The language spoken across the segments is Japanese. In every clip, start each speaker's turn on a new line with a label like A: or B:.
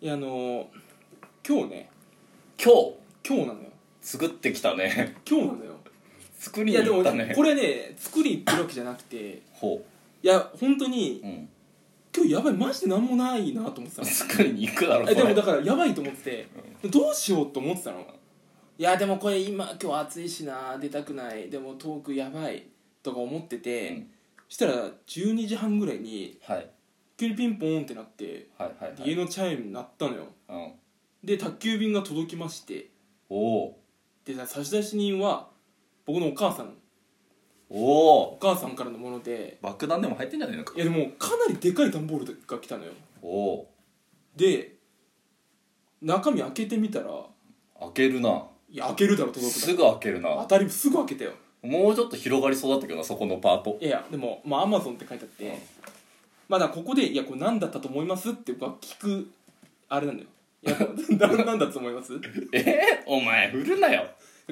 A: いやあの今日ね
B: 今日
A: 今日なのよ
B: 作ってきたね
A: 今日なのよ
B: 作
A: い
B: りに
A: やで
B: 行
A: も
B: ったね
A: これね作りに行ってるわけじゃなくて
B: ほ
A: いや本当に
B: う、うん、
A: 今日やばいマジで何もないなと思ってたの
B: 作りに行くだろ
A: えでもだ
B: こ
A: からやばいと思っててどうしようと思ってたのいやでもこれ今今日暑いしな出たくないでもトークやばいとか思ってて、
B: うん
A: したら12時半ぐらいに
B: れはい
A: 急にピンポーンってなって
B: はいはいはい
A: 家のチャイム鳴ったのよ
B: うん、
A: で宅急便が届きまして
B: おー
A: でさ差出人は僕のお母さん
B: お
A: お
B: お
A: 母さんからのもので
B: 爆弾でも入ってんじゃないのか
A: いやでもかなりでかい段ボールが来たのよ
B: おお
A: で中身開けてみたら
B: ー開けるない
A: や開けるだろ届くだ
B: す
A: ろ
B: ぐ開ける
A: 当
B: な
A: たりすぐ開けたよ
B: もうちょっと広がりそうだったけどなそこのパート
A: いやいやでもまあアマゾンって書いてあって、まあだからここで「いやこれ何だったと思います?」って僕は聞くあれなんだよいや これな何だと思います
B: ええお前振るなよ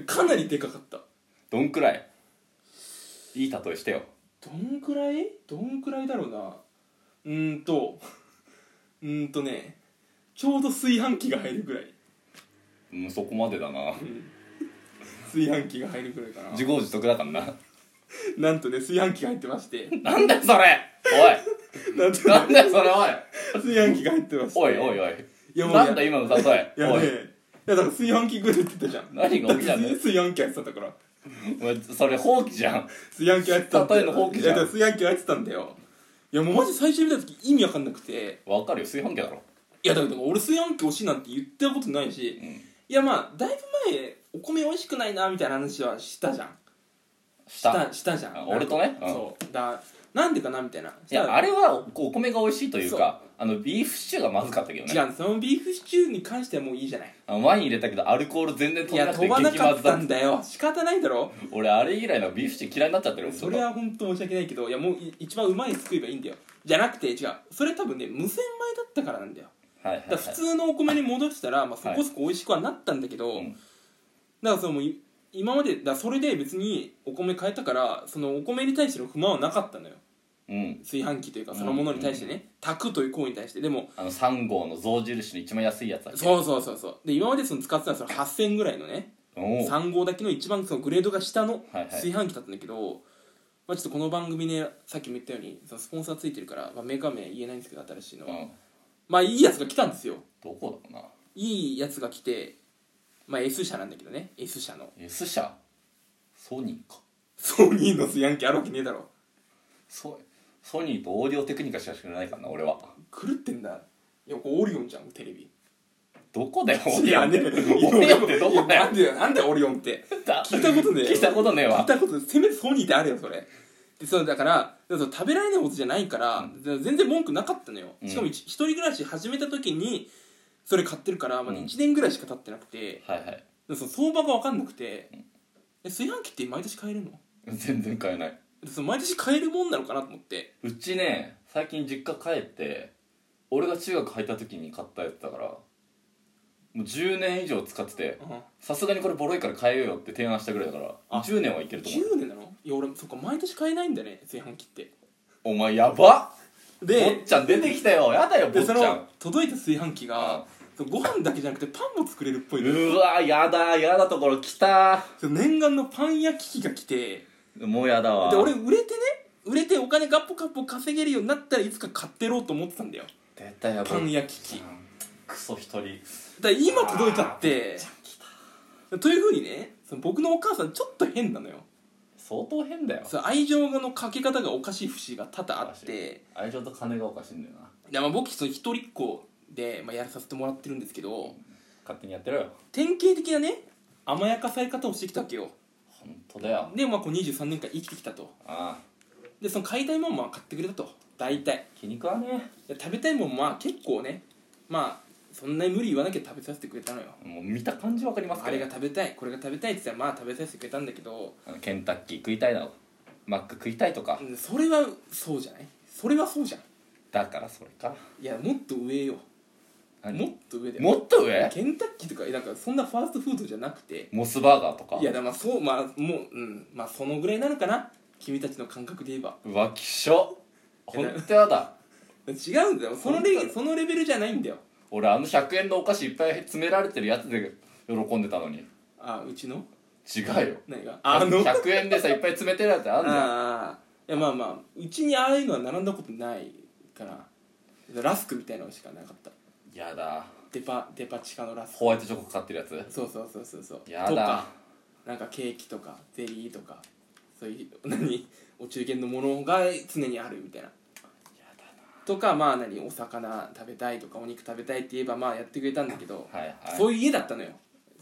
A: かなりでかかった
B: どんくらいいい例えしてよ
A: どんくらいどんくらいだろうなうーんとうーんとねちょうど炊飯器が入るぐらい
B: うんそこまでだな
A: 炊飯器が入るぐらいか
B: 自業自得だからな
A: ななんとね炊飯器が入ってまして
B: なんだよそれお
A: なんと
B: い なん
A: ね
B: だよそれおい
A: 炊飯器が入ってまして
B: おいおいおい
A: いやもう
B: なん だ
A: い
B: 今の例え
A: や
B: お
A: ねい
B: い
A: やだから炊飯器ぐらいって言ったじゃん
B: 何が起きたん
A: だって
B: だよ
A: 炊飯器入ってたんだから
B: お前それ放棄じゃん
A: 炊飯器入ってたんだよ
B: 例えの放棄じゃん
A: いや炊飯器入ってたんだよいやもうマジ最初見た時意味わかんなくて
B: わかるよ炊飯器だろ
A: いやだから俺炊飯器欲しいなんて言ったことないし、
B: ん
A: いやまあだいぶ前お米美味しくないなみたいな話はしたじゃんし
B: 下
A: たしたじゃ
B: あ
A: ん
B: 俺とねうん
A: そうだなんでかなみたいない
B: やあれはお米が美味しいというか
A: そ
B: あのビーフシチューがまずかったけど
A: 違
B: ね
A: うんですそのビーフシチューに関してはもういいじゃない
B: あのワイン入れたけどアルコール全然
A: い
B: 飛ば
A: や
B: なく
A: 飛
B: て
A: ばな
B: 激
A: か
B: ま
A: っ
B: ずだ
A: た
B: っ
A: んだよ仕方ないだろ
B: た俺あれ以来のビーフシチュー嫌いになっちゃってる
A: それは本当申し訳ないけどいやもうい一番うまい作ればいいんだよじゃなくて違うそれ多分ね無洗米だったからなんだよ
B: はいはい
A: だ
B: は
A: から普
B: い
A: 通のお米に戻したら、まあ、そこそこ美味しくはなったんだけど、
B: うん
A: だからそのもうい今までだからそれで別にお米変えたからそのお米に対しての不満はなかったのよ
B: うん
A: 炊飯器というかそのものに対してね、炊くという行為に対してでも
B: あの3号の象印の一番安いやつだっけ
A: そうそうそうそうで今までその使ってたのはその8000ぐらいのね
B: おう
A: 3号だけの一番そのグレードが下の
B: はいはい
A: 炊飯器だったんだけど、まあ、ちょっとこの番組ねさっきも言ったようにそのスポンサーついてるから、まあ、メーカー名言えないんですけど新しいの
B: う
A: は、
B: ん
A: まあいいやつが来たんですよ
B: どこだろうない
A: いやつが来てまあ S 社なんだけどね S 社の
B: S 社ソニーか
A: ソニーのスヤンキあるわけねえだろ
B: ソソニーとオーディオテクニカしか知らないからな俺は
A: 狂ってんだいやこれオリオンじゃんテレビ
B: どこだよ
A: いやね
B: オーディオってどこだよ
A: なんでなんでオリオンって聞いたことねえよ
B: 聞いたことねえ
A: 聞い
B: わ
A: たことせめてソニーってあるよそれでそうだからだからその食べられないことじゃないから、全然文句なかったのよ、
B: うん
A: しかも一一人暮らし始めた時にそれ買ってるから、まだ
B: うん
A: 1年ぐらいしか経ってなくて、
B: はいはい
A: でその相場が分かんなくて、え炊飯器って毎年買えるの
B: 全然買えない
A: でその毎年買えるもんなのかなと思って
B: うちね最近実家帰って俺が中学入った時に買ったやつだからもう10年以上使ってて
A: うん
B: さすがにこれボロいから変えようよって提案したぐらいだから
A: あ
B: 10年はいけると思
A: 10
B: う
A: 年なのいや俺そっか毎年買えないんだね炊飯器って
B: お前やば坊っ
A: で
B: ちゃん出てきたよやだよ坊
A: で
B: っち
A: そ
B: ゃん
A: の届いた炊飯器が
B: あ
A: そのご飯だけじゃなくてパンも作れるっぽいのよ
B: うわやだやだところ来た
A: その念願のパン焼き器が来て
B: もうやだわ
A: で俺売れてね売れてお金ガッポガッポ稼げるようになったらいつか買ってろうと思ってたんだよ
B: 出たよ
A: パン焼き器だか
B: クソ一人
A: ら今届いたってというふうにねその僕のお母さんちょっと変なのよ
B: 相当変だよ
A: その愛情のかけ方がおかしい節が多々あって
B: 愛情と金がおかしいんだよな
A: でまあ僕その一人っ子で、まあ、やらさせてもらってるんですけど
B: 勝手にやってろよ
A: 典型的なね甘やかされ方をしてきたわけよ
B: 本当だよ
A: で、まあ、こう23年間生きてきたと
B: ああ
A: でその買いたいもんも買ってくれたと大体
B: 気に食わね
A: で食べたいもんもまあ結構ねまあそんなに無理言わなきゃ食べさせてくれたのよ
B: えもう見た感じわかります
A: あ
B: か
A: れが食べたいこれが食べたいって言ったらまあ食べさせてくれたんだけど
B: あのケンタッキー食いたいなマック食いたいとか
A: うんそれはそうじゃないそれはそうじゃん
B: だからそれか
A: いやもっと上よ
B: 何
A: もっと上だよ
B: もっと上
A: ケンタッキーとかなんかそんなファーストフードじゃなくて
B: モスバーガーとか
A: いやだからまあそうまあもううんまあそのぐらいなのかな君たちの感覚で言えば
B: うわきしょ本当やだ
A: 違うんだよそのレ
B: 本当
A: そのレベルじゃないんだよ
B: 俺あの100円のお菓子いっぱい詰められてるやつで喜んでたのに
A: あうちの
B: 違うよ
A: 何があのあ
B: 100円でさいっぱい詰めてるやつあんじゃん
A: あいやまあまあうちにああいうのは並んだことないからラスクみたいなのしかなかった
B: やだ
A: デパデパ地下のラスク
B: ホワイトチョコ買ってるやつ
A: そうそうそうそうそう
B: や
A: と
B: だ
A: かなんかケーキとかゼリーとかそういう何お中元のものが常にあるみたいなとかまあ何お魚食べたいとかお肉食べたいって言えばまあやってくれたんだけど、
B: はいはい
A: そういう家だったのよ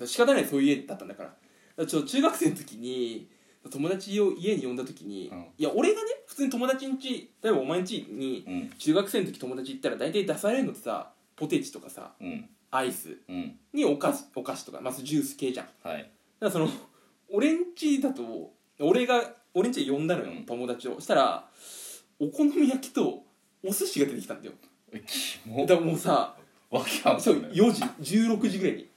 A: 仕方ないそういう家だったんだからだからちょ中学生の時に友達を家に呼んだ時に、
B: うん
A: いや俺がね普通に友達ん家例えばお前ん家に
B: うん
A: 中学生の時友達行ったら大体出されるのってさポテチとかさ
B: うん
A: アイス
B: うん
A: にお菓子お菓子とか、まあ、ジュース系じゃん
B: は
A: だ
B: い
A: からその 俺んちだと俺が俺んち呼んだのよ、
B: うん
A: 友達をしたらお好み焼きとお寿司が出てきたんだよ
B: えキ
A: だ
B: モ
A: からもうさ
B: わけわか
A: そうん
B: ない
A: 4時16時ぐらいに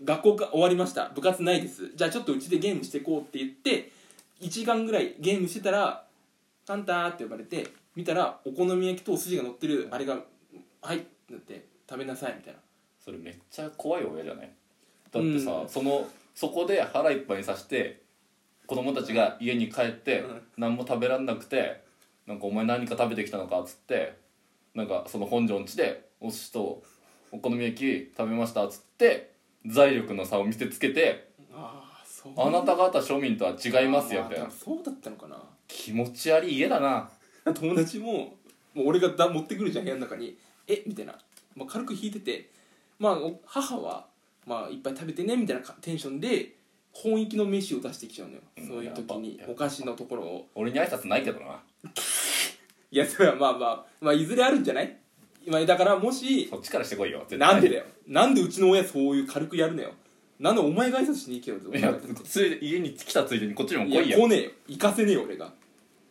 B: う
A: 学校が終わりました部活ないですじゃあちょっとうちでゲームしてこうって言って1時間ぐらいゲームしてたら「カンター」って呼ばれて見たらお好み焼きとお寿司が乗ってるあれが「はい」ってなって「食べなさい」みたいな
B: それめっちゃ怖い親じゃないだってさ、
A: うん
B: そのそこで腹いっぱいにさして子供たちが家に帰って、
A: うん
B: 何も食べらんなくてなんかお前何か食べてきたのかっつってなんかその本庄んちでお寿司とお好み焼き食べましたっつって財力の差を見せつけて
A: ああそう
B: あなた方庶民とは違いますよみたい
A: あ
B: な
A: ーそうだったのかな
B: 気持ち悪い家だな
A: 友達ももう俺がだ持ってくるじゃん部屋の中に「えみたいな、まあ、軽く引いてて、まあ、お母は、まあ、いっぱい食べてねみたいなかテンションで本域の飯を出してきちゃうのよ、
B: うん
A: そういう時に
B: やっぱ
A: お菓子のところを
B: 俺に挨拶ないけどない
A: やそれはまあまあ、まあ、いずれあるんじゃない今だからもし
B: そっちからしてこいよ絶対
A: なんでだよなんでうちの親そういう軽くやるのよなんでお前が挨拶しに行けよって
B: いやつい家に来たついでにこっちにも来い
A: い
B: や
A: や来ねえよ行かせねえよ俺が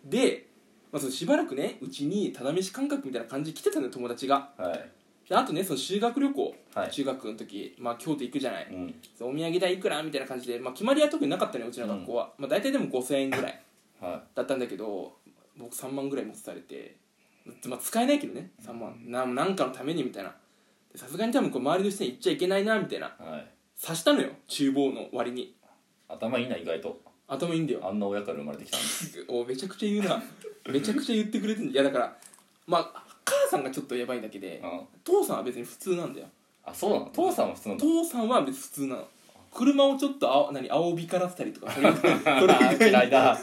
A: で、まあ、そのしばらくねうちにただ飯感覚みたいな感じで来てたのよ友達が
B: はい
A: であとねその修学旅行、
B: はい
A: 中学の時、まあ、京都行くじゃない、
B: うん
A: そのお土産代いくらみたいな感じで、まあ、決まりは特になかったのようちの学校は、まあ、大体でも5000円ぐらい
B: はい
A: だったんだけど僕3万ぐらい持ってされて、まあ、使えないけどね3万ななんかのためにみたいなでさすがに多分こう周りの人に行っちゃいけないなみたいな
B: はい、
A: 刺したのよ厨房の割に
B: 頭いいな意外と
A: 頭いいんだよ
B: あんな親から生まれてきたん
A: おめちゃくちゃ言うなめちゃくちゃ言ってくれてんいやだからまあ母さんがちょっとやばいだけで
B: だ、 うん、
A: 父さんは別に普通なんだよ
B: あそうなの父さんは普通なの
A: 父さんは別に普通なの車をちょっと青何青びからせたりとかそれそれ
B: あー 嫌いだ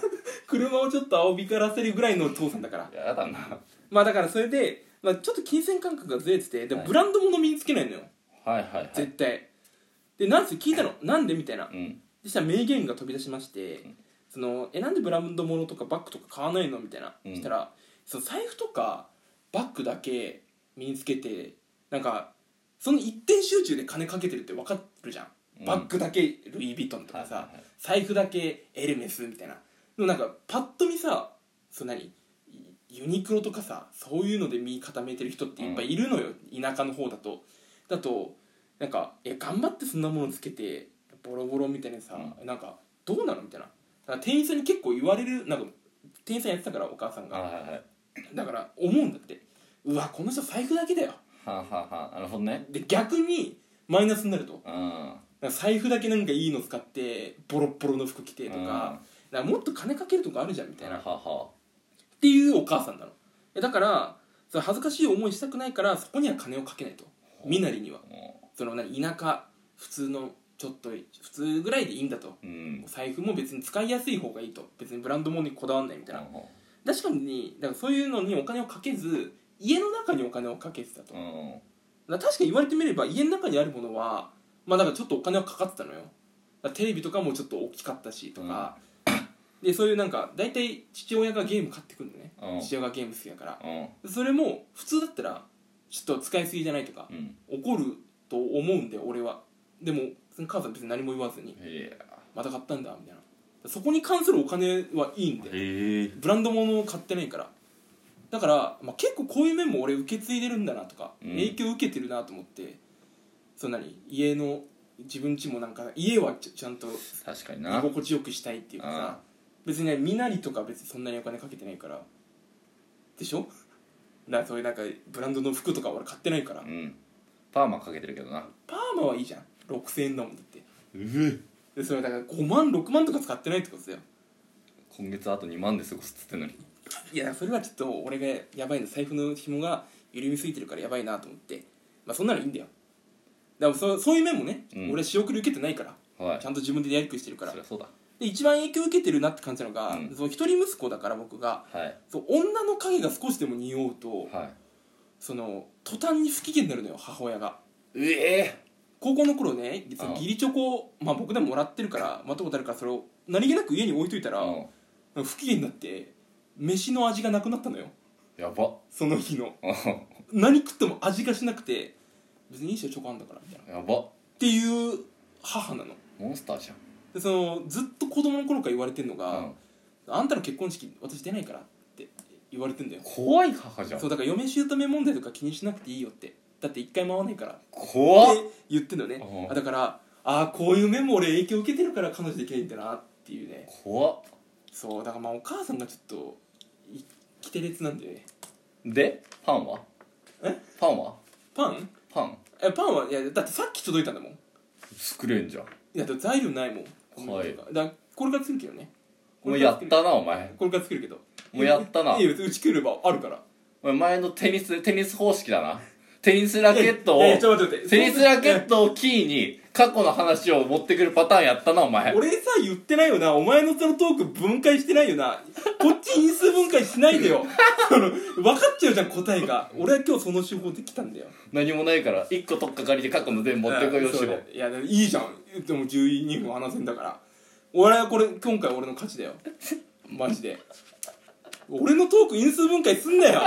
A: 車をちょっと青びからせるぐらいの父さんだから
B: やだな
A: まあだからそれで、まあ、ちょっと金銭感覚がずれててでも
B: はい
A: ブランド物身につけないのよ、
B: はいはいはい
A: 絶対でなんせ聞いたのなんでみたいな
B: うん
A: そしたら名言が飛び出しまして「そのえなんでブランド物とかバッグとか買わないの?」みたいな、
B: うん
A: したらその財布とかバッグだけ身につけてなんかその一点集中で金かけてるって分かるじゃん、
B: うん
A: バッグだけルイ・ヴィトンとかさ、
B: はいはいはい
A: 財布だけエルメスみたいなでもなんかパッと見さその何ユニクロとかさそういうので身固めてる人っていっぱいいるのよ、田舎の方だとだとなんか「いや頑張ってそんなものつけてボロボロ」みたいなさ、なんか「どうなの?」みたいなだから店員さんに結構言われるなんか店員さんやってたからお母さん
B: あ
A: が
B: はいはいはい
A: だから思うんだってうわこの人財布だけだよ
B: はんはんはんなるほどね
A: で逆にマイナスになると
B: うん
A: なんか財布だけなんかいいの使ってボロッボロの服着てとか,、
B: うん
A: なんかもっと金かけるとこあるじゃんみたいな、
B: は
A: っ
B: は
A: ていうお母さんなのえだからその恥ずかしい思いしたくないからそこには金をかけないと身なりには
B: も
A: その何田舎普通のちょっと普通ぐらいでいいんだと
B: ううん
A: 財布も別に使いやすい方がいいと別にブランド物にこだわんないみたいな
B: ほ
A: 確かにだからそういうのにお金をかけず家の中にお金をかけてたと
B: ううん
A: だから確かに言われてみれば家の中にあるものはまあだからちょっとお金はかかってたのよだからテレビとかもちょっと大きかったしとか、でそういうなんか大体父親がゲーム買ってくるのね、
B: うん
A: 父親がゲーム好きだから
B: うん
A: それも普通だったらちょっと使いすぎじゃないとか
B: うん
A: 怒ると思うんで俺はでも母さん別に何も言わずに
B: へえ
A: また買ったんだみたいなそこに関するお金はいいんで
B: へえ
A: ブランド物を買ってないからだから、まあ、結構こういう面も俺受け継いでるんだなとか、
B: うん
A: 影響受けてるなと思ってそんなに家の自分家もなんか家はちゃちゃんと居
B: 確かにな
A: 心地よくしたいっていうかさ
B: あ
A: 別にね身なりとか別にそんなにお金かけてないからでしょだからそういうなんかブランドの服とか俺買ってないから
B: うんパーマかけてるけどな
A: パーマはいいじゃん6000円だもんだって
B: うえ
A: でそれだから5万6万とか使ってないってことだよ
B: 今月あと2万で過ごすっつってんのに
A: いやそれはちょっと俺がやばいの財布の紐が緩みすぎてるからやばいなと思ってまあそんなのいいんだよでもそそういう面もね、
B: うん
A: 俺は仕送り受けてないから
B: はい
A: ちゃんと自分でやりくりしてるから
B: そりゃそうだ
A: で一番影響受けてるなって感じなのが、
B: うん
A: その一人息子だから僕が
B: はい
A: そう女の影が少しでも匂うと
B: は
A: その途端に不機嫌になるのよ母親が
B: いうえ
A: 高校の頃ねその
B: うん
A: 義理チョコを、まあ、僕でももらってるからまったことあるからそれを何気なく家に置いといたら、
B: うん
A: 不機嫌になって飯の味がなくなったのよ
B: やば
A: その日の
B: うん
A: 何食っても味がしなくて別にいいっしょチョコあんだからみたいなっ
B: やば
A: ていう母なの
B: モンスターじゃ
A: でそのずっと子供の頃から言われてんの
B: ん、う
A: が
B: ん、
A: 「あんたの結婚式私出ないから」って言われてんだよ
B: 怖い母じゃん
A: そうだから嫁姑問題とか気にしなくていいよってだって一回回らないからっ
B: 怖って
A: 言ってんのね
B: うん
A: あだからああこういう面も俺影響受けてるから彼女できないんだなっていうね
B: 怖っ
A: そうだからまあお母さんがちょっといきてれつなんだよね
B: でパンは
A: え
B: パンは
A: パン
B: パン
A: えパンはいやだってさっき届いたんだもん
B: 作れんじゃん
A: いやだって材料ないもん
B: は
A: 米
B: い
A: とかだからこれから作るけどね
B: もうやったなお前
A: これから作るけど
B: もうやったない
A: やうち来ればあるから
B: お前のテニステニス方式だなテニスラケットを
A: ええちょっと待って待って
B: テニスラケ
A: そ
B: ットをキーに過去の話を持ってくるパターンやったなお前
A: んな俺さ言ってないよなお前のそのトーク分解してないよなこっち因数分解しないで よその分かっちゃうじゃん答えが俺は今日その手法できたんだよ
B: 何もないから一個取っかかりで過去の全部持ってこいよ
A: そう
B: し
A: だ
B: ろ
A: よいやでもいいじゃんでも12分話せんだから俺はこれ今回俺の 勝ちだよマジで俺のトーク因数分解すんなよ